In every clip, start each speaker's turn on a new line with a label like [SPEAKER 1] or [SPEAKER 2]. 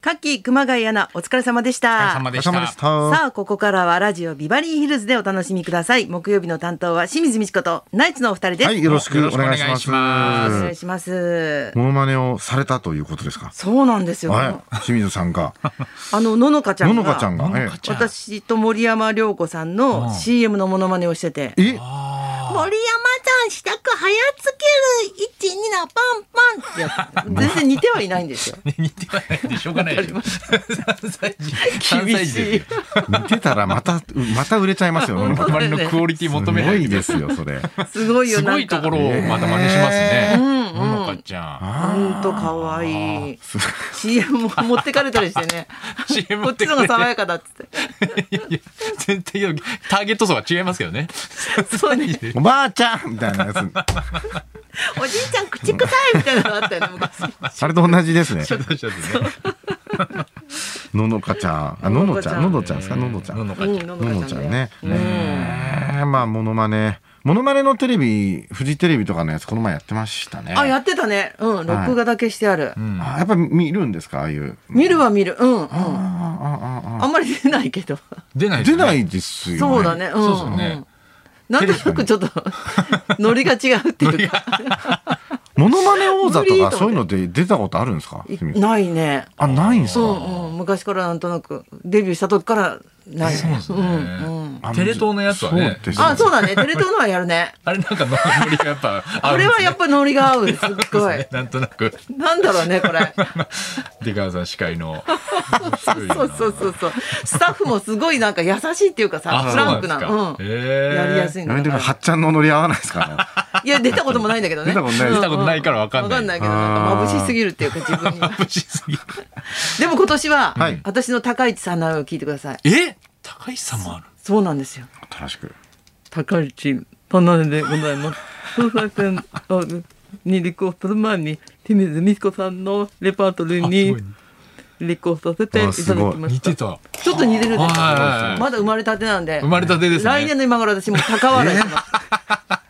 [SPEAKER 1] 夏季熊谷アナ、お疲れ様でした。
[SPEAKER 2] お疲れ様で
[SPEAKER 3] お
[SPEAKER 2] した。
[SPEAKER 3] 疲れ様でした。
[SPEAKER 1] さあ、ここからはラジオビバリーヒルズでお楽しみください。木曜日の担当は清水美智子とナイツのお二人です。
[SPEAKER 3] はい、よろしくお願い
[SPEAKER 2] よろし
[SPEAKER 3] し
[SPEAKER 2] くお願
[SPEAKER 1] お
[SPEAKER 3] ま
[SPEAKER 1] 願
[SPEAKER 3] す。
[SPEAKER 1] いします。
[SPEAKER 3] モノマネをされたということですか。
[SPEAKER 1] そうなんですよ。
[SPEAKER 3] はい、清水さんが、
[SPEAKER 1] あの、ののかちゃ
[SPEAKER 3] の
[SPEAKER 1] んが。
[SPEAKER 3] のかちゃんが、え
[SPEAKER 2] ちゃん
[SPEAKER 1] 私と森山良子さん
[SPEAKER 2] う
[SPEAKER 1] の
[SPEAKER 2] ん
[SPEAKER 1] CM のモノマネをしてて。
[SPEAKER 3] え、え
[SPEAKER 1] 森山さん、支度早つける、1、2な、パンパンってやつ。全然似てはいないんですよ。
[SPEAKER 2] 似ては ないでしょう がないでしょ。3歳児。3歳
[SPEAKER 1] 厳
[SPEAKER 2] 児
[SPEAKER 1] し
[SPEAKER 2] で
[SPEAKER 1] い
[SPEAKER 2] す。
[SPEAKER 3] 似てたらまたまた売れちゃいますよ。
[SPEAKER 2] よ。
[SPEAKER 1] 当
[SPEAKER 2] 周りのクオリティ求め
[SPEAKER 3] す
[SPEAKER 2] な
[SPEAKER 3] ご
[SPEAKER 2] い
[SPEAKER 3] い。ですよ、それ。
[SPEAKER 1] すごいよ、
[SPEAKER 2] す
[SPEAKER 1] な
[SPEAKER 2] ご
[SPEAKER 1] ん
[SPEAKER 2] いと
[SPEAKER 1] か
[SPEAKER 2] こ。ろをまた真似しますね。
[SPEAKER 1] うん
[SPEAKER 2] ののかちゃ
[SPEAKER 1] ほんと可愛い CM も持ってかれたりしてね
[SPEAKER 2] ん。CM
[SPEAKER 1] こっちの方が爽やかだっつっ
[SPEAKER 2] いや全体的ターゲット層が違いますけどね。
[SPEAKER 1] てそうね
[SPEAKER 3] おばあちゃんみたいなやつ、
[SPEAKER 1] おじいちゃん口臭いみたいなのあったよね昔
[SPEAKER 3] あれと同じですね。
[SPEAKER 2] ちょっとちょっとね
[SPEAKER 3] ののかちゃん、あ、ののちゃ
[SPEAKER 1] の
[SPEAKER 3] ん、の
[SPEAKER 1] の
[SPEAKER 3] のちゃんですか、ののちゃん。
[SPEAKER 2] の
[SPEAKER 3] の
[SPEAKER 2] のか
[SPEAKER 1] う
[SPEAKER 2] ち
[SPEAKER 1] ん、の
[SPEAKER 3] の
[SPEAKER 1] の
[SPEAKER 3] ち
[SPEAKER 1] ち
[SPEAKER 3] ゃ
[SPEAKER 1] ゃ
[SPEAKER 3] ん
[SPEAKER 1] ん
[SPEAKER 3] ね
[SPEAKER 1] ね。
[SPEAKER 3] えーまあモノマネ、モノマネのテレビ、フジテレビとかのやつこの前やってましたね。
[SPEAKER 1] あやってたねうん録画だけしてある、
[SPEAKER 2] ゃん。
[SPEAKER 3] あやっぱ見るんですか、ああいう。
[SPEAKER 1] 見るは見るうんうん
[SPEAKER 3] あ
[SPEAKER 1] あ
[SPEAKER 3] ああああ
[SPEAKER 1] んまり出ないけど
[SPEAKER 2] 出ない。
[SPEAKER 3] 出な。いですよね。
[SPEAKER 1] そうだねうん
[SPEAKER 2] そうそうね
[SPEAKER 1] うんなんとなくちょっとノリが違うっていうか
[SPEAKER 3] モノマネ王座
[SPEAKER 1] 無理と
[SPEAKER 3] と
[SPEAKER 1] 思っ
[SPEAKER 3] か
[SPEAKER 1] て
[SPEAKER 3] そういうので出たことあるんですか
[SPEAKER 1] い
[SPEAKER 3] 君
[SPEAKER 1] ないね
[SPEAKER 3] あ、ないんです
[SPEAKER 1] う
[SPEAKER 3] か、
[SPEAKER 1] んうん昔からなんとなくデビューした時からない
[SPEAKER 2] そうですね
[SPEAKER 1] うんうん
[SPEAKER 3] あ
[SPEAKER 2] テレ東のやつはね
[SPEAKER 3] そうです
[SPEAKER 1] あそうだねテレ東のはやるね
[SPEAKER 2] あれなんかのノリがやっぱあ
[SPEAKER 1] こ
[SPEAKER 2] る
[SPEAKER 1] れ
[SPEAKER 2] んで
[SPEAKER 1] は
[SPEAKER 2] す
[SPEAKER 1] や
[SPEAKER 2] ね
[SPEAKER 1] っぱノリが合うすっごい
[SPEAKER 2] なんとなく
[SPEAKER 1] なんだろうねこれ
[SPEAKER 2] 出川さん司会の。
[SPEAKER 1] そうそうそうそうスタッフもすごいなんか優しいっていうかさ
[SPEAKER 2] あ、
[SPEAKER 1] フ
[SPEAKER 2] そう
[SPEAKER 1] ラ
[SPEAKER 2] な
[SPEAKER 1] ン
[SPEAKER 2] ん
[SPEAKER 1] ク
[SPEAKER 2] です
[SPEAKER 1] な
[SPEAKER 2] か。
[SPEAKER 1] うんやりやす
[SPEAKER 2] い。
[SPEAKER 1] い
[SPEAKER 3] や
[SPEAKER 1] の
[SPEAKER 3] めてください。はっちゃんのノリ合わないで すか
[SPEAKER 1] いや出たこともないんだけどね
[SPEAKER 3] 出たことない
[SPEAKER 1] うん
[SPEAKER 2] 出たことないからわか
[SPEAKER 1] わ
[SPEAKER 2] んな
[SPEAKER 1] か
[SPEAKER 2] い
[SPEAKER 1] ん。ないけどなんか眩しすぎるっていうか自分に は
[SPEAKER 2] 眩しすぎる。
[SPEAKER 1] でも今年は、
[SPEAKER 3] はい
[SPEAKER 1] 私の高市さんのを聞いてください
[SPEAKER 2] え高橋さんもある
[SPEAKER 1] そうなんですよ
[SPEAKER 3] ら。正しく。
[SPEAKER 1] 高市田辺でございます。総裁選に立候補する前に、清水美智子さんのレパートリー
[SPEAKER 2] あすごい
[SPEAKER 1] に立候補させていただきま
[SPEAKER 2] 似
[SPEAKER 1] してた。
[SPEAKER 2] た。
[SPEAKER 1] ちょっと似てるでしょ。
[SPEAKER 2] はい
[SPEAKER 1] まだ生まれたてなんで。
[SPEAKER 2] 生まれたてですね
[SPEAKER 1] 来年の今頃私もう高笑いします。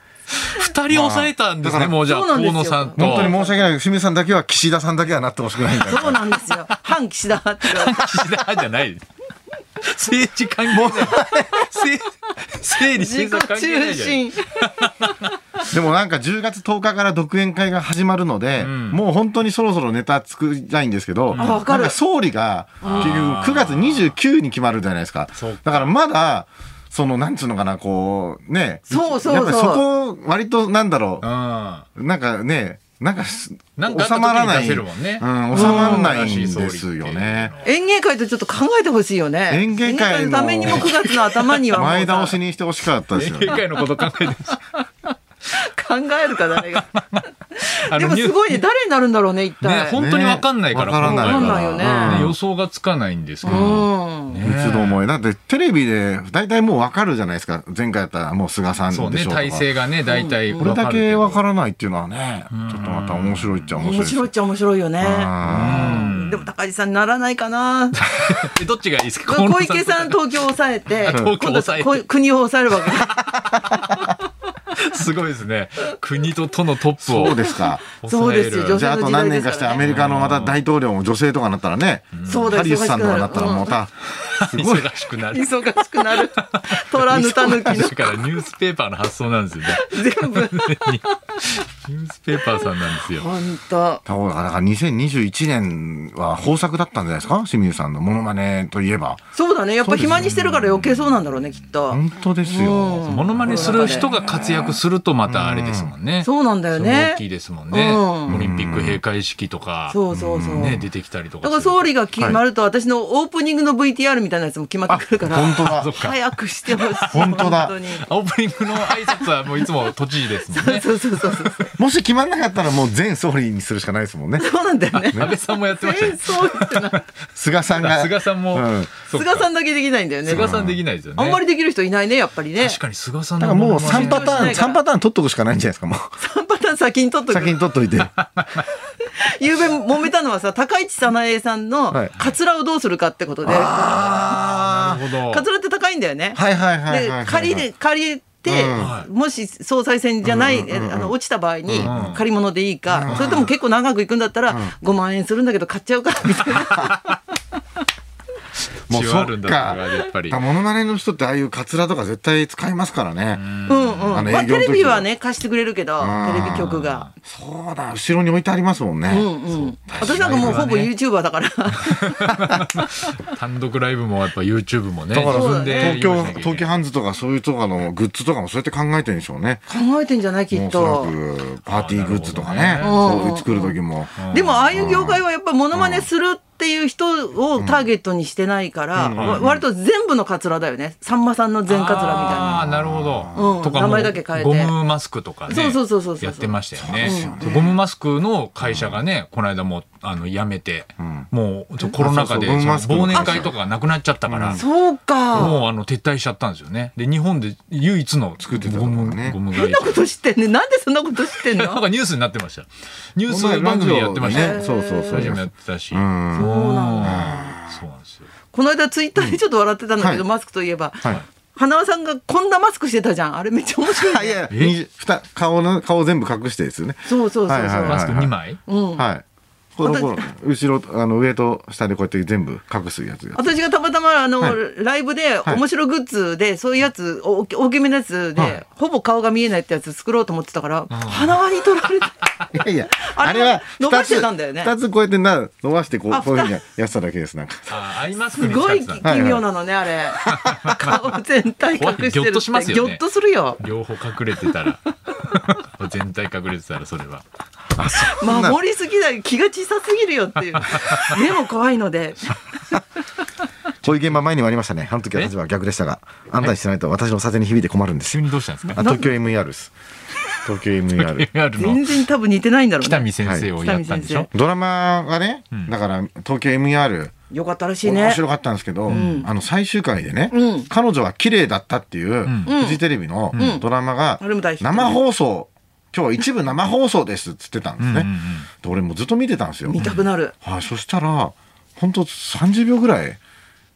[SPEAKER 2] 二人抑えたんですね、
[SPEAKER 3] まあ
[SPEAKER 2] もうじゃあ、
[SPEAKER 1] そうなんです
[SPEAKER 2] 河
[SPEAKER 1] よ
[SPEAKER 2] 野さんと。
[SPEAKER 3] 本当に申し訳ないけど、清水さんだけは岸田さんだけはなってほしくないみたいな。
[SPEAKER 1] そうなんですよ。反岸田って言われて。
[SPEAKER 2] 岸田じゃない。政治関係ない。政整理
[SPEAKER 1] 自
[SPEAKER 2] 整頓関
[SPEAKER 1] 己
[SPEAKER 2] 係な
[SPEAKER 1] 中
[SPEAKER 2] いじゃない。
[SPEAKER 1] 心。
[SPEAKER 3] でもなんか10月10日から独演会が始まるので、もう本当にそろそろネタ作りたいんですけど、
[SPEAKER 1] あわかる
[SPEAKER 3] なん総理が結局9月29に決まるじゃないですか
[SPEAKER 2] そうか。
[SPEAKER 3] だからまだ、その、なんつうのかな、こう、ね。
[SPEAKER 1] そうそうそう
[SPEAKER 3] やっぱりそこ、割となんだろう
[SPEAKER 2] う。ん。
[SPEAKER 3] なんかね、なんかす、
[SPEAKER 2] なんかあった時に
[SPEAKER 3] 収まらない。
[SPEAKER 2] 出せるもんね
[SPEAKER 3] うん、収まらないん
[SPEAKER 2] うん
[SPEAKER 3] ですよね。
[SPEAKER 1] 園芸会とちょっと考えてほしいよね。
[SPEAKER 3] 園芸会の
[SPEAKER 1] 園ためにも9月の頭にはもうさ
[SPEAKER 3] 前倒しにしてほしかったですよ
[SPEAKER 2] 政
[SPEAKER 3] ね。
[SPEAKER 2] 界のこと考えてる
[SPEAKER 1] 考えるか誰が。
[SPEAKER 2] あ
[SPEAKER 1] で
[SPEAKER 2] の
[SPEAKER 1] も
[SPEAKER 2] ニュ
[SPEAKER 1] す
[SPEAKER 2] ー
[SPEAKER 1] ごいね。誰になるんだろうね、一
[SPEAKER 2] ね
[SPEAKER 1] 体。
[SPEAKER 2] ほん本当にわかんないから
[SPEAKER 3] ねわからないから。
[SPEAKER 1] わかんないよね
[SPEAKER 3] うん
[SPEAKER 2] ね予想がつかないんですけど。
[SPEAKER 1] うん。
[SPEAKER 2] ね
[SPEAKER 3] 三つどもえ。だってテレビで大体もうわかるじゃないですか。前回やったらもう菅さんでしょ
[SPEAKER 2] そう
[SPEAKER 3] うと
[SPEAKER 2] ね、
[SPEAKER 3] か。
[SPEAKER 2] 体制がね、大体
[SPEAKER 3] これだけわかららないっていうのはね、ちょっとまた面白いっちゃ面白い
[SPEAKER 1] 面
[SPEAKER 3] ですよ。
[SPEAKER 1] 白いっちゃ面白いよね。
[SPEAKER 3] あ
[SPEAKER 1] うんでも高地さんにならないかな。
[SPEAKER 2] けど。どっちがいいですか
[SPEAKER 1] 小池さん東京を抑えて、
[SPEAKER 2] 東京抑えて
[SPEAKER 1] 今度こ国を抑えるわけ。
[SPEAKER 2] すごいですね。国と都のトップ
[SPEAKER 3] ー
[SPEAKER 2] を
[SPEAKER 3] そう。ですか。
[SPEAKER 2] 抑える
[SPEAKER 1] そうで すよ女
[SPEAKER 3] じゃああと何年かしてアメリカのまた大統領も女性とかなったらね、
[SPEAKER 1] そうだよ
[SPEAKER 3] ハリスさんとかなったら
[SPEAKER 1] 忙しくなる
[SPEAKER 3] もうた、すごい。
[SPEAKER 2] 忙しくなる。
[SPEAKER 1] 忙しく なる。虎ぬたぬきの
[SPEAKER 2] だからニュースペーパーの発想なんですよね。
[SPEAKER 1] 全部。
[SPEAKER 2] ニュースペーパーさんなんですよ。
[SPEAKER 1] 本当。
[SPEAKER 3] だからだから2021年は豊作だったんじゃないですか清水さんのモノマネといえば。
[SPEAKER 1] そうだね。やっぱ暇にしてるから余計そうなんだろうね、きっと。
[SPEAKER 3] 本当ですよ。
[SPEAKER 2] モノマネする人が活躍するとまたあれですもんね。
[SPEAKER 1] そうなんだよね
[SPEAKER 2] 大きいですもんね。
[SPEAKER 1] うん
[SPEAKER 2] オリンピック閉会式とか、
[SPEAKER 1] そうそうそう。
[SPEAKER 2] ね、出てきたりと
[SPEAKER 1] だ
[SPEAKER 2] か
[SPEAKER 1] か
[SPEAKER 2] す
[SPEAKER 1] ら
[SPEAKER 2] る。
[SPEAKER 1] 総理が決まると、私のオープニングの VTR みたいなやつも決まってくるから、
[SPEAKER 3] 本当だ
[SPEAKER 2] そ。っか。
[SPEAKER 1] 早くしてほしい。
[SPEAKER 3] 本当だ
[SPEAKER 1] に
[SPEAKER 2] オープニングの挨拶はもういつも都知事ですもんね。
[SPEAKER 1] そうそうそうそう。
[SPEAKER 3] もし決まんなかったらもう全総理にするしかないですもんね。
[SPEAKER 1] そうなんだよね。
[SPEAKER 2] 安倍さんもやってました
[SPEAKER 1] え
[SPEAKER 2] ね。
[SPEAKER 1] そうってな
[SPEAKER 3] 菅さんが。
[SPEAKER 2] 菅さんも、
[SPEAKER 3] うん
[SPEAKER 2] そっか
[SPEAKER 1] 菅さんだけできないんだよね。
[SPEAKER 2] 菅さんできないですよね。
[SPEAKER 1] あんまりできる人いないね、やっぱりね。
[SPEAKER 2] 確かに菅さん
[SPEAKER 3] だ
[SPEAKER 2] の
[SPEAKER 3] からも
[SPEAKER 2] モ
[SPEAKER 3] う
[SPEAKER 2] ノマネ
[SPEAKER 3] 3パターン、
[SPEAKER 1] しないから
[SPEAKER 3] 三パターン取っとくしかないんじゃないですか、もう。
[SPEAKER 1] 3パターン先に取っとく。
[SPEAKER 3] 先に取っといて。
[SPEAKER 1] ゆうべ揉めたのはさ、高市早苗さんの
[SPEAKER 3] はい
[SPEAKER 1] カツラをどうするかってことで、
[SPEAKER 3] あ
[SPEAKER 2] なるほ
[SPEAKER 1] カ
[SPEAKER 2] ど。
[SPEAKER 1] ツラって高いんだよね。
[SPEAKER 3] はいはいはいはいはいはい。
[SPEAKER 1] で、借りで、借りて、
[SPEAKER 2] うん
[SPEAKER 1] もし総裁選じゃない、えあの落ちた場合に
[SPEAKER 2] うん
[SPEAKER 1] 借り物でいいか、それとも結構長くいくんだったら5万円するんだけど買っちゃうかみたいな
[SPEAKER 3] もう
[SPEAKER 2] 血はあるんだ
[SPEAKER 3] そっか
[SPEAKER 2] とかやっぱり
[SPEAKER 3] だモノマネの人ってああいうカツラとか絶対使いますからね。
[SPEAKER 1] うんうん
[SPEAKER 3] あの営
[SPEAKER 1] まあ、
[SPEAKER 3] 業の時
[SPEAKER 1] テレビはね貸してくれるけど
[SPEAKER 3] うん
[SPEAKER 1] テレビ局が。
[SPEAKER 3] そうだ、後ろに置いてありますもんね。
[SPEAKER 1] うんうん、私なんかもうほぼ YouTuber だ から
[SPEAKER 2] 単独ライブもやっぱ YouTube もね
[SPEAKER 3] だから
[SPEAKER 2] 自
[SPEAKER 1] そう
[SPEAKER 2] 分
[SPEAKER 1] だね
[SPEAKER 2] で
[SPEAKER 3] 東京、
[SPEAKER 2] 用意しなきゃいけない
[SPEAKER 3] 東京ハンズとかそういうとかのグッズとかもそうやって考えてるんでしょうね。
[SPEAKER 1] 考えてんじゃないき
[SPEAKER 3] もう
[SPEAKER 1] っ
[SPEAKER 3] おそら
[SPEAKER 1] と。
[SPEAKER 3] くパーティーグッズとかね。
[SPEAKER 2] あーなる
[SPEAKER 1] ほどね
[SPEAKER 3] そう作る時も。
[SPEAKER 1] でもああいう業界はやっぱモノマネするっていう人をターゲットにしてないから、わ割と全部のカツラだよねさんまさんの全カツラみたいな。
[SPEAKER 2] ああーなるほど、
[SPEAKER 1] うん
[SPEAKER 2] とかも
[SPEAKER 1] 名前だけ変えて
[SPEAKER 2] ゴムマスクとかね
[SPEAKER 1] そうそうそうそうそう
[SPEAKER 2] やってましたよね
[SPEAKER 3] そうですよね
[SPEAKER 2] ゴムマスクの会社がねこの間もうあの辞めて、
[SPEAKER 3] ん
[SPEAKER 2] もうちょコロナ禍で
[SPEAKER 3] そうそうゴムマス
[SPEAKER 2] そ
[SPEAKER 3] ク
[SPEAKER 2] の忘
[SPEAKER 3] の
[SPEAKER 2] 年会とかがなくなっちゃったから、
[SPEAKER 1] そうか。
[SPEAKER 2] もうあの撤退しちゃったんですよねで日本で唯一の
[SPEAKER 3] 作ってたと
[SPEAKER 2] ゴ
[SPEAKER 3] こ
[SPEAKER 2] ム,、
[SPEAKER 3] ね
[SPEAKER 2] ゴム
[SPEAKER 1] そん
[SPEAKER 2] 会
[SPEAKER 1] な
[SPEAKER 2] 社
[SPEAKER 1] こと知ってんね。なんでそんなこと知ってん
[SPEAKER 2] なん
[SPEAKER 1] の。
[SPEAKER 2] かニュースになってましたニュー
[SPEAKER 3] こ
[SPEAKER 2] ス
[SPEAKER 3] の前
[SPEAKER 2] 番組やってました
[SPEAKER 3] ラジオ
[SPEAKER 2] よ
[SPEAKER 3] でねそうそうそう。
[SPEAKER 2] ラジオもやってたし、
[SPEAKER 3] ん
[SPEAKER 2] そうなんそうなんですよ
[SPEAKER 1] この間ツイッターでちょっと笑ってたんだけど、
[SPEAKER 3] うん
[SPEAKER 1] マスクといえば、
[SPEAKER 3] はい。
[SPEAKER 1] 花輪さんがこんなマスクしてたじゃん。あれめっちゃ面白い、ね。
[SPEAKER 3] あいや、にふた顔の、顔全部隠してですよね。
[SPEAKER 1] そうそうそうそう。
[SPEAKER 3] はいはい
[SPEAKER 2] マスク2枚
[SPEAKER 1] うん。
[SPEAKER 3] はい。この頃、後ろ、あの、上と下でこうやって全部隠すやつが。
[SPEAKER 1] 私がたまたまあの、
[SPEAKER 3] はい
[SPEAKER 1] ライブで
[SPEAKER 3] い
[SPEAKER 1] 面白グッズで、そういうやつお大き大きめのやつで、
[SPEAKER 3] はい
[SPEAKER 1] ほぼ顔が見えないってやつ作ろうと思ってたから、鼻輪に取られて
[SPEAKER 3] いやいや、
[SPEAKER 1] あ
[SPEAKER 3] あ
[SPEAKER 1] れ
[SPEAKER 3] れ
[SPEAKER 1] は
[SPEAKER 3] は
[SPEAKER 1] 伸ばしてたんだよね
[SPEAKER 3] 二つ二つこうやってな伸ばしてこ
[SPEAKER 1] あ
[SPEAKER 3] うこういうふうにやってただけですなんか。
[SPEAKER 2] あーアイマスク
[SPEAKER 1] す
[SPEAKER 2] に使
[SPEAKER 1] ご
[SPEAKER 2] っ
[SPEAKER 1] い
[SPEAKER 2] てたんだ
[SPEAKER 1] 奇妙なのねあれ顔全体隠してるって
[SPEAKER 2] 怖いぎょっとしますよね
[SPEAKER 1] ぎょっとするよ
[SPEAKER 2] 両方隠れてた ら全体隠れてたらそれは
[SPEAKER 3] んな
[SPEAKER 1] 守りすぎだよ気が小さすぎるよっていう目も怖いので
[SPEAKER 3] こういう現場前にもありましたね。あの時は立場は逆でしたが、あんたにしてないと私の査定に響いて困るんです
[SPEAKER 2] 急
[SPEAKER 3] よ。
[SPEAKER 2] にどうしたんです
[SPEAKER 3] あ
[SPEAKER 2] か
[SPEAKER 3] 東京 MER です。東京 MER。
[SPEAKER 2] AR
[SPEAKER 1] 全
[SPEAKER 2] の
[SPEAKER 1] 然多分似てないんだろう
[SPEAKER 2] 北
[SPEAKER 1] ね
[SPEAKER 2] 見先生をやったんでしょ、
[SPEAKER 1] はい
[SPEAKER 3] ドラマがね、だから東京 MER
[SPEAKER 1] よかったらしい
[SPEAKER 3] 面
[SPEAKER 1] ね
[SPEAKER 3] 白かったんですけど、あの最終回でね、
[SPEAKER 1] うん
[SPEAKER 3] 彼女は綺麗だったっていうフジテレビのドラマが
[SPEAKER 1] あれも大ヒット
[SPEAKER 3] 生放送、今日一部生放送ですっつってたんですね。
[SPEAKER 2] うんうんうん
[SPEAKER 3] で俺もうずっと見てたんですよ。
[SPEAKER 1] 見たくなる
[SPEAKER 3] はい、そしたら、本当30秒ぐらい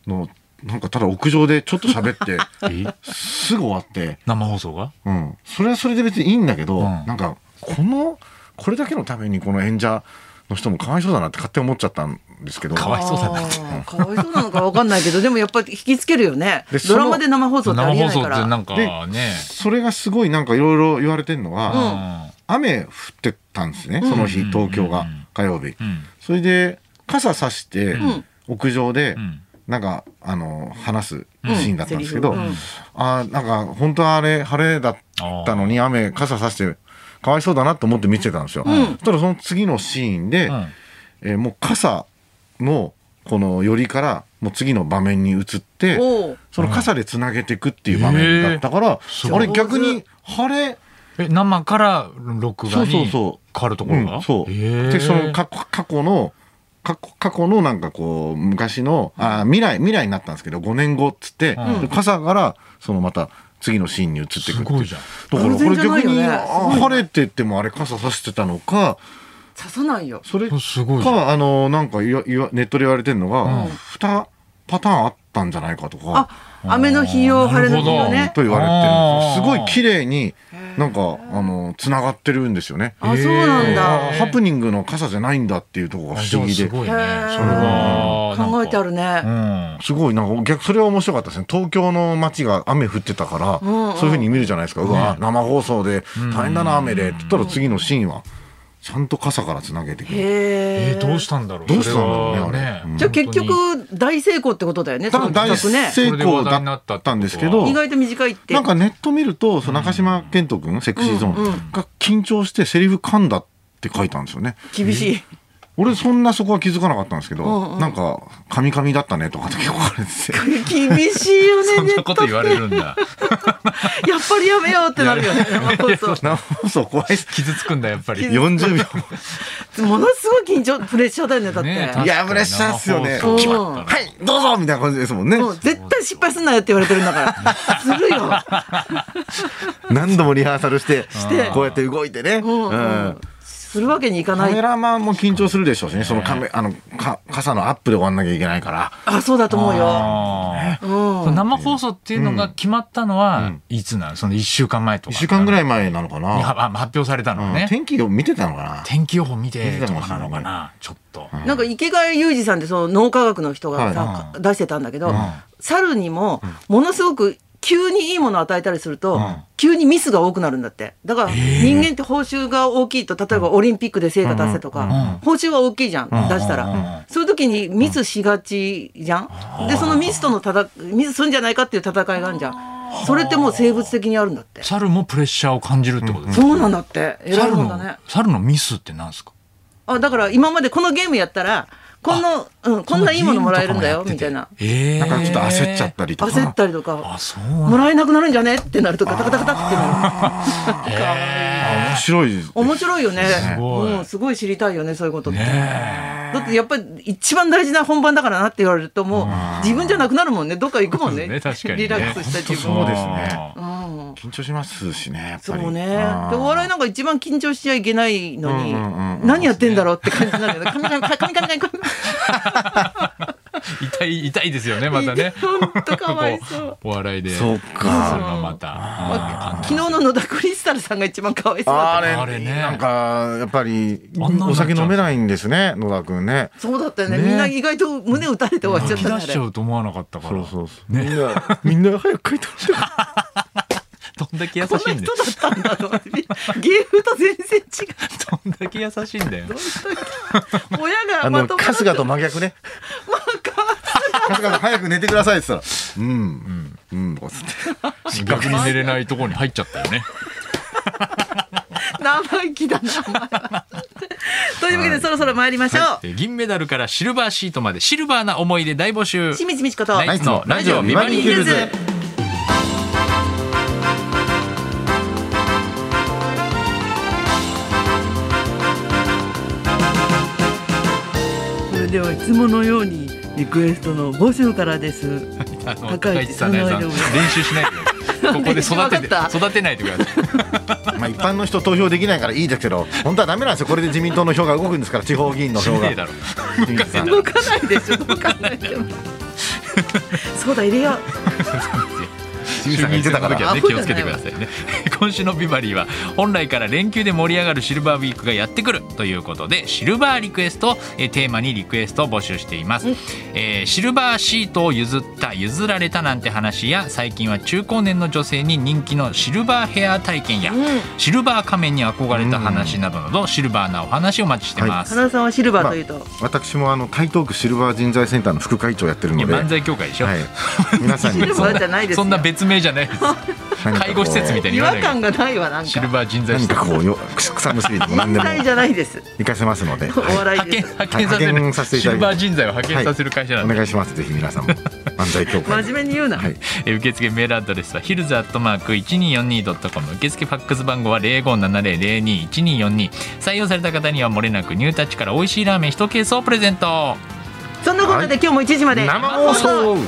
[SPEAKER 3] の、なんかただ屋上でちょっと喋って、
[SPEAKER 2] え
[SPEAKER 3] すぐ終わって、
[SPEAKER 2] 生放送が
[SPEAKER 3] うん、それはそれで別にいいんだけど、
[SPEAKER 2] うん
[SPEAKER 3] なんか、この、これだけのためにこの演者の人もかわいそうだなって勝手に思っちゃったんですけど、
[SPEAKER 2] かわいそうだなって
[SPEAKER 1] あーかわいそうなのかわかんないけどでもやっぱり引きつけるよね
[SPEAKER 3] でそ
[SPEAKER 1] ド
[SPEAKER 3] の
[SPEAKER 1] ラマで生放送ってあ
[SPEAKER 2] 生
[SPEAKER 1] りえ
[SPEAKER 2] 放
[SPEAKER 1] ない
[SPEAKER 2] 送っ
[SPEAKER 1] か
[SPEAKER 2] て
[SPEAKER 1] ら
[SPEAKER 2] なんかね
[SPEAKER 3] それがすごいなんかいろいろ言われてるの
[SPEAKER 1] う
[SPEAKER 3] は、
[SPEAKER 2] うん
[SPEAKER 3] 雨降ってたんですね、その日、
[SPEAKER 2] うん
[SPEAKER 3] 東京
[SPEAKER 2] う
[SPEAKER 3] が
[SPEAKER 2] んうん、
[SPEAKER 3] 火曜日。
[SPEAKER 2] うん
[SPEAKER 3] それで、傘さして、
[SPEAKER 1] ん
[SPEAKER 3] 屋上で、
[SPEAKER 2] うん
[SPEAKER 3] なんかあの話すシーンだったんですけど、
[SPEAKER 1] うんセリフ
[SPEAKER 3] あーなんか本当はあれ晴れだったのに雨傘さしてかわいそうだなと思って見てたんですよ、そしたらその次のシーンで、
[SPEAKER 2] うん
[SPEAKER 3] えーもう傘のこの寄りからもう次の場面に移って
[SPEAKER 1] おう
[SPEAKER 3] その傘でつなげていくっていう場面だったから、
[SPEAKER 2] へー
[SPEAKER 3] あれ逆に晴れ
[SPEAKER 2] え生から録画に
[SPEAKER 3] そうそう
[SPEAKER 2] 変
[SPEAKER 3] そう
[SPEAKER 2] わるところが、
[SPEAKER 3] うん、そう
[SPEAKER 2] へー
[SPEAKER 3] でその過去過去の過去過去のなんかこう昔のあー未来未来になったんですけど5年後っつって、
[SPEAKER 2] うん
[SPEAKER 3] で傘からそのまた次のシーンに移ってく
[SPEAKER 2] す
[SPEAKER 3] る
[SPEAKER 2] ごいじゃん
[SPEAKER 3] だからこ
[SPEAKER 1] 偶然
[SPEAKER 3] れ
[SPEAKER 1] じゃな
[SPEAKER 3] 逆
[SPEAKER 1] いよね
[SPEAKER 3] に、
[SPEAKER 1] すご
[SPEAKER 3] あ
[SPEAKER 1] いね
[SPEAKER 3] 晴れててもあれ傘さしてたのか
[SPEAKER 1] 刺さないよ
[SPEAKER 3] それ
[SPEAKER 2] すごいじゃん
[SPEAKER 3] かあのなんかいわいわネットで言われてるのが、
[SPEAKER 2] うん
[SPEAKER 3] 2パターンあったんじゃないかと
[SPEAKER 1] あ
[SPEAKER 3] か
[SPEAKER 1] 雨の日用晴れの日用
[SPEAKER 2] なる
[SPEAKER 1] ね
[SPEAKER 3] と言われてるんですよ
[SPEAKER 2] あー
[SPEAKER 3] すごい綺麗になんかあのつながってるんですよね。
[SPEAKER 1] あそうなんだ
[SPEAKER 3] あハプニングの傘じゃないんだっていうところが不思議
[SPEAKER 2] す
[SPEAKER 3] で。
[SPEAKER 2] ごい
[SPEAKER 1] へ
[SPEAKER 2] ねそれ
[SPEAKER 1] え
[SPEAKER 2] はなんか
[SPEAKER 1] 考えてあるね
[SPEAKER 2] うん
[SPEAKER 3] すごいなんか逆それは面白かったですね東京の街が雨降ってたから、
[SPEAKER 1] んうん
[SPEAKER 3] そういうふうに見るじゃないですかうわ生放送で大変だな雨でって言ったら次のシーンはちゃんと傘からつなげてくる
[SPEAKER 1] へ
[SPEAKER 2] え
[SPEAKER 1] え
[SPEAKER 2] ー、どうしたんだろう
[SPEAKER 3] どうしたんだろ
[SPEAKER 2] そ
[SPEAKER 3] うね
[SPEAKER 2] れは
[SPEAKER 3] あれうん
[SPEAKER 1] じゃあ結局大成功ってことだよね
[SPEAKER 3] 多分大
[SPEAKER 1] その企画ね
[SPEAKER 3] 成功だったんですけ
[SPEAKER 2] そ
[SPEAKER 3] ど
[SPEAKER 1] 意外と短いって
[SPEAKER 3] なんかネット見るとその中島健人君セクシーゾー
[SPEAKER 1] うんうん
[SPEAKER 3] ンが緊張してセリフ噛んだって書いたんですよね
[SPEAKER 1] 厳しい
[SPEAKER 3] 俺そんなそこは気づかなかったんですけ
[SPEAKER 1] うんう
[SPEAKER 3] ど
[SPEAKER 1] ん
[SPEAKER 3] なんか「カミカミだったね」とかって聞かれてて
[SPEAKER 1] 厳しいよね
[SPEAKER 2] そん
[SPEAKER 1] ネ
[SPEAKER 2] な
[SPEAKER 1] ット
[SPEAKER 2] こ
[SPEAKER 1] って
[SPEAKER 2] と言われるんだ
[SPEAKER 1] やっぱりやめようってなるよね生放送
[SPEAKER 3] 生放送怖いっす
[SPEAKER 2] 傷つくんだやっぱり
[SPEAKER 3] 40秒
[SPEAKER 1] ものすごい緊張プレッシャーだよねだって、
[SPEAKER 2] ね確
[SPEAKER 3] い
[SPEAKER 2] か
[SPEAKER 3] や
[SPEAKER 2] に
[SPEAKER 3] プレッシャーっすよね
[SPEAKER 2] 生放送
[SPEAKER 1] うん
[SPEAKER 3] はいどうぞみたいな感じですもんね
[SPEAKER 1] もう絶対失敗すんなよって言われてるんだ からするよ
[SPEAKER 3] 何度もリハーサルして
[SPEAKER 1] て
[SPEAKER 3] こうやって動いてね、
[SPEAKER 1] うんうん
[SPEAKER 3] うん
[SPEAKER 1] すするわけにいかな
[SPEAKER 3] カメ
[SPEAKER 1] い。
[SPEAKER 3] ラマンも緊張するでしょうしね、そのカメあのか傘のアップで終わんなきゃいけないから、
[SPEAKER 1] あ、そうだと思うよ。
[SPEAKER 2] あ
[SPEAKER 1] う
[SPEAKER 2] ーその
[SPEAKER 1] ん。
[SPEAKER 2] 生放送っていうのが決まったの
[SPEAKER 3] う
[SPEAKER 2] は
[SPEAKER 3] ん、
[SPEAKER 2] いつなのその1週間前と
[SPEAKER 3] 1
[SPEAKER 2] か。
[SPEAKER 3] 週間ぐ
[SPEAKER 2] い。
[SPEAKER 3] らい前なのかな、
[SPEAKER 2] あ発表されたの
[SPEAKER 3] う
[SPEAKER 2] は
[SPEAKER 3] ん
[SPEAKER 2] ね。
[SPEAKER 3] 天気を見てたのかな。
[SPEAKER 2] 天気予報見て
[SPEAKER 3] 見てた
[SPEAKER 2] と
[SPEAKER 3] の
[SPEAKER 2] か
[SPEAKER 3] かしら
[SPEAKER 2] な
[SPEAKER 3] ね
[SPEAKER 2] のかな、ちょっと。
[SPEAKER 1] なんか池谷裕二さんってその脳科学の人がさ
[SPEAKER 2] は、い
[SPEAKER 1] 出してたんだけど、
[SPEAKER 2] うん
[SPEAKER 1] 猿にもものすごく急にいいものを与えたりすると、
[SPEAKER 2] ん
[SPEAKER 1] 急にミスが多くなるんだってだから人間って報酬が大きいと例えばオリンピックで成果出せとか、
[SPEAKER 2] うん
[SPEAKER 1] 報酬は大きいじゃん、
[SPEAKER 2] うん
[SPEAKER 1] 出したら、
[SPEAKER 2] うん
[SPEAKER 1] そういう時にミスしがちじゃん、でそのミスとの戦ミスするんじゃないかっていう戦いがあるじゃんそれってもう生物的にあるんだって、
[SPEAKER 2] 猿もプレッシャーを感じるってことですか
[SPEAKER 1] そうなんだって偉い
[SPEAKER 2] 猿
[SPEAKER 1] もんだね
[SPEAKER 2] の、猿のミスってなんですか
[SPEAKER 1] あだから今までこのゲームやったらこの、うん、こんないいものもらえるんだよみたいな。
[SPEAKER 2] ええ。
[SPEAKER 3] なんかちょっと焦っちゃったりとか。
[SPEAKER 1] 焦ったりとか
[SPEAKER 2] あ、そうなん
[SPEAKER 1] も
[SPEAKER 2] だ
[SPEAKER 1] らえなくなるんじゃねってなるとかタカタカタってなる
[SPEAKER 3] 面白いです。
[SPEAKER 1] 面白いよね
[SPEAKER 2] すごい
[SPEAKER 1] うん、すごい知りたいよねそういうことって、
[SPEAKER 2] ね
[SPEAKER 1] だってやっぱり一番大事な本番だからなって言われるともう自分じゃなくなるもんねどっか行くもんね
[SPEAKER 2] ね 確かにね
[SPEAKER 1] リラックスした自分
[SPEAKER 3] そ
[SPEAKER 1] を
[SPEAKER 3] うですね
[SPEAKER 1] うん
[SPEAKER 3] 緊張しますしね、やっぱり。
[SPEAKER 1] そうね
[SPEAKER 3] あー
[SPEAKER 1] でお笑いなんか一番緊張しちゃいけないのに、
[SPEAKER 3] うんうんうん
[SPEAKER 1] 何やってんだろうって感じになるよねカミカミカミカミカミカミ。
[SPEAKER 2] 痛い、痛いですよね、またね
[SPEAKER 1] ほんとかわいそう
[SPEAKER 2] こうお笑いで。
[SPEAKER 3] そう
[SPEAKER 2] そ
[SPEAKER 3] か。
[SPEAKER 2] れがまた。あー
[SPEAKER 1] 昨日の野田クリスタルさんが一番かわいそうだ
[SPEAKER 3] あ
[SPEAKER 1] っ
[SPEAKER 3] れ
[SPEAKER 2] あれね
[SPEAKER 3] なんか、やっぱり、
[SPEAKER 2] あんなになっちゃう
[SPEAKER 3] お酒飲めないんですね、野田くんね。
[SPEAKER 1] たそうだったよね
[SPEAKER 3] ね
[SPEAKER 1] みんな意外と胸打たれて終わっちゃっ
[SPEAKER 2] 泣き
[SPEAKER 1] た
[SPEAKER 2] 出
[SPEAKER 1] ね
[SPEAKER 2] しちゃうと思わなかったから。
[SPEAKER 3] そうそうそう。み
[SPEAKER 2] ね
[SPEAKER 3] んな、みんな早く書いてほしい。
[SPEAKER 2] どんだけ優し
[SPEAKER 1] こんない
[SPEAKER 2] んだ
[SPEAKER 1] 人
[SPEAKER 2] よ。
[SPEAKER 1] だったんだと思って芸風と全然違う
[SPEAKER 2] どんだけ優しいんだよ。
[SPEAKER 1] 親が
[SPEAKER 3] あ
[SPEAKER 1] ま
[SPEAKER 3] の、
[SPEAKER 1] ともだ
[SPEAKER 3] 春
[SPEAKER 1] と
[SPEAKER 3] 日と真逆ね。春日さん早く寝てくださいって言ったら、うん、うん、うん、こうつって。
[SPEAKER 2] 逆に寝れないところに入っちゃったよね。
[SPEAKER 1] 生意気だなお前は というわけでそろそろ参りましょう、
[SPEAKER 2] えー銀メダルからシルバーシートまでシルバーな思い出大募集。
[SPEAKER 1] 清水美智子と、
[SPEAKER 2] ナイツのラジオビバリーヒルズ。
[SPEAKER 1] それではいつものようにリクエストの募集からです。
[SPEAKER 2] あの
[SPEAKER 1] 高
[SPEAKER 2] 高
[SPEAKER 1] 市
[SPEAKER 2] 市早苗さ
[SPEAKER 1] 早
[SPEAKER 2] ん
[SPEAKER 1] 苗
[SPEAKER 2] 練
[SPEAKER 1] さん
[SPEAKER 2] 習しないで。こ こで育て
[SPEAKER 1] 練習分かってた
[SPEAKER 2] 育てないでください。
[SPEAKER 3] まあ一般の人投票できないからいいですけど、本当はダメなんですよ。これで自民党の票が動くんですから、地方議員の
[SPEAKER 2] し
[SPEAKER 3] 票
[SPEAKER 2] ん
[SPEAKER 3] が
[SPEAKER 2] でえ。だろ。
[SPEAKER 3] 清水さん
[SPEAKER 1] 動かないでしょ。動かないでも。そうだ入れよう。
[SPEAKER 3] 清水さんが言ってたか
[SPEAKER 2] 衆議院。選の時はね気
[SPEAKER 3] ら
[SPEAKER 2] をつけてくださいね 今週のビバリーは本来から連休で盛り上がるシルバーウィークがやってくるということでシルバーリクエストをえーテーマにリクエストを募集しています、えーシルバーシートを譲った譲られたなんて話や最近は中高年の女性に人気のシルバーヘア体験や、シルバー仮面に憧れた話などなどシルバーなお話をお待ちしてます、
[SPEAKER 1] 花さんはシルバーというと、
[SPEAKER 3] 私もあの台東区シルバー人材センターの副会長やってる
[SPEAKER 2] いや
[SPEAKER 3] ので、
[SPEAKER 2] 漫才協会でしょ、
[SPEAKER 3] はい、皆さん
[SPEAKER 1] シ
[SPEAKER 3] に
[SPEAKER 1] ルバーじゃないですよ。
[SPEAKER 2] そんな別名じゃ ないです
[SPEAKER 3] 何かこう
[SPEAKER 2] 介護施設みたいに
[SPEAKER 1] 違
[SPEAKER 2] 言
[SPEAKER 1] 和
[SPEAKER 2] わないで
[SPEAKER 1] 感がないわなんか。
[SPEAKER 2] シルバー人材
[SPEAKER 3] 何
[SPEAKER 2] 室
[SPEAKER 3] かこうよ草結びでも何で
[SPEAKER 1] 問
[SPEAKER 3] も
[SPEAKER 1] 題じゃないです。
[SPEAKER 3] 行かせますので、
[SPEAKER 1] お
[SPEAKER 3] はい
[SPEAKER 1] 笑い
[SPEAKER 2] 派
[SPEAKER 1] で
[SPEAKER 2] 遣
[SPEAKER 1] す。
[SPEAKER 2] 派遣させる、
[SPEAKER 3] 派遣させてい
[SPEAKER 2] シ
[SPEAKER 3] ただ
[SPEAKER 2] ル
[SPEAKER 3] いて
[SPEAKER 2] バー人材を派遣させる会社なん
[SPEAKER 3] お
[SPEAKER 2] で、
[SPEAKER 3] 願いしますぜひ皆さんも漫才協会
[SPEAKER 1] 真
[SPEAKER 3] で
[SPEAKER 1] 面目に言うな。
[SPEAKER 3] はい
[SPEAKER 2] えー受付メールアドレスはヒルズアットマーク 1242.com 受付ファックス番号は0570021242採用された方にはもれなくニュータッチから美味しいラーメン1ケースをプレゼント
[SPEAKER 1] そんなことで今日も1時まで。
[SPEAKER 3] 生放送
[SPEAKER 2] 日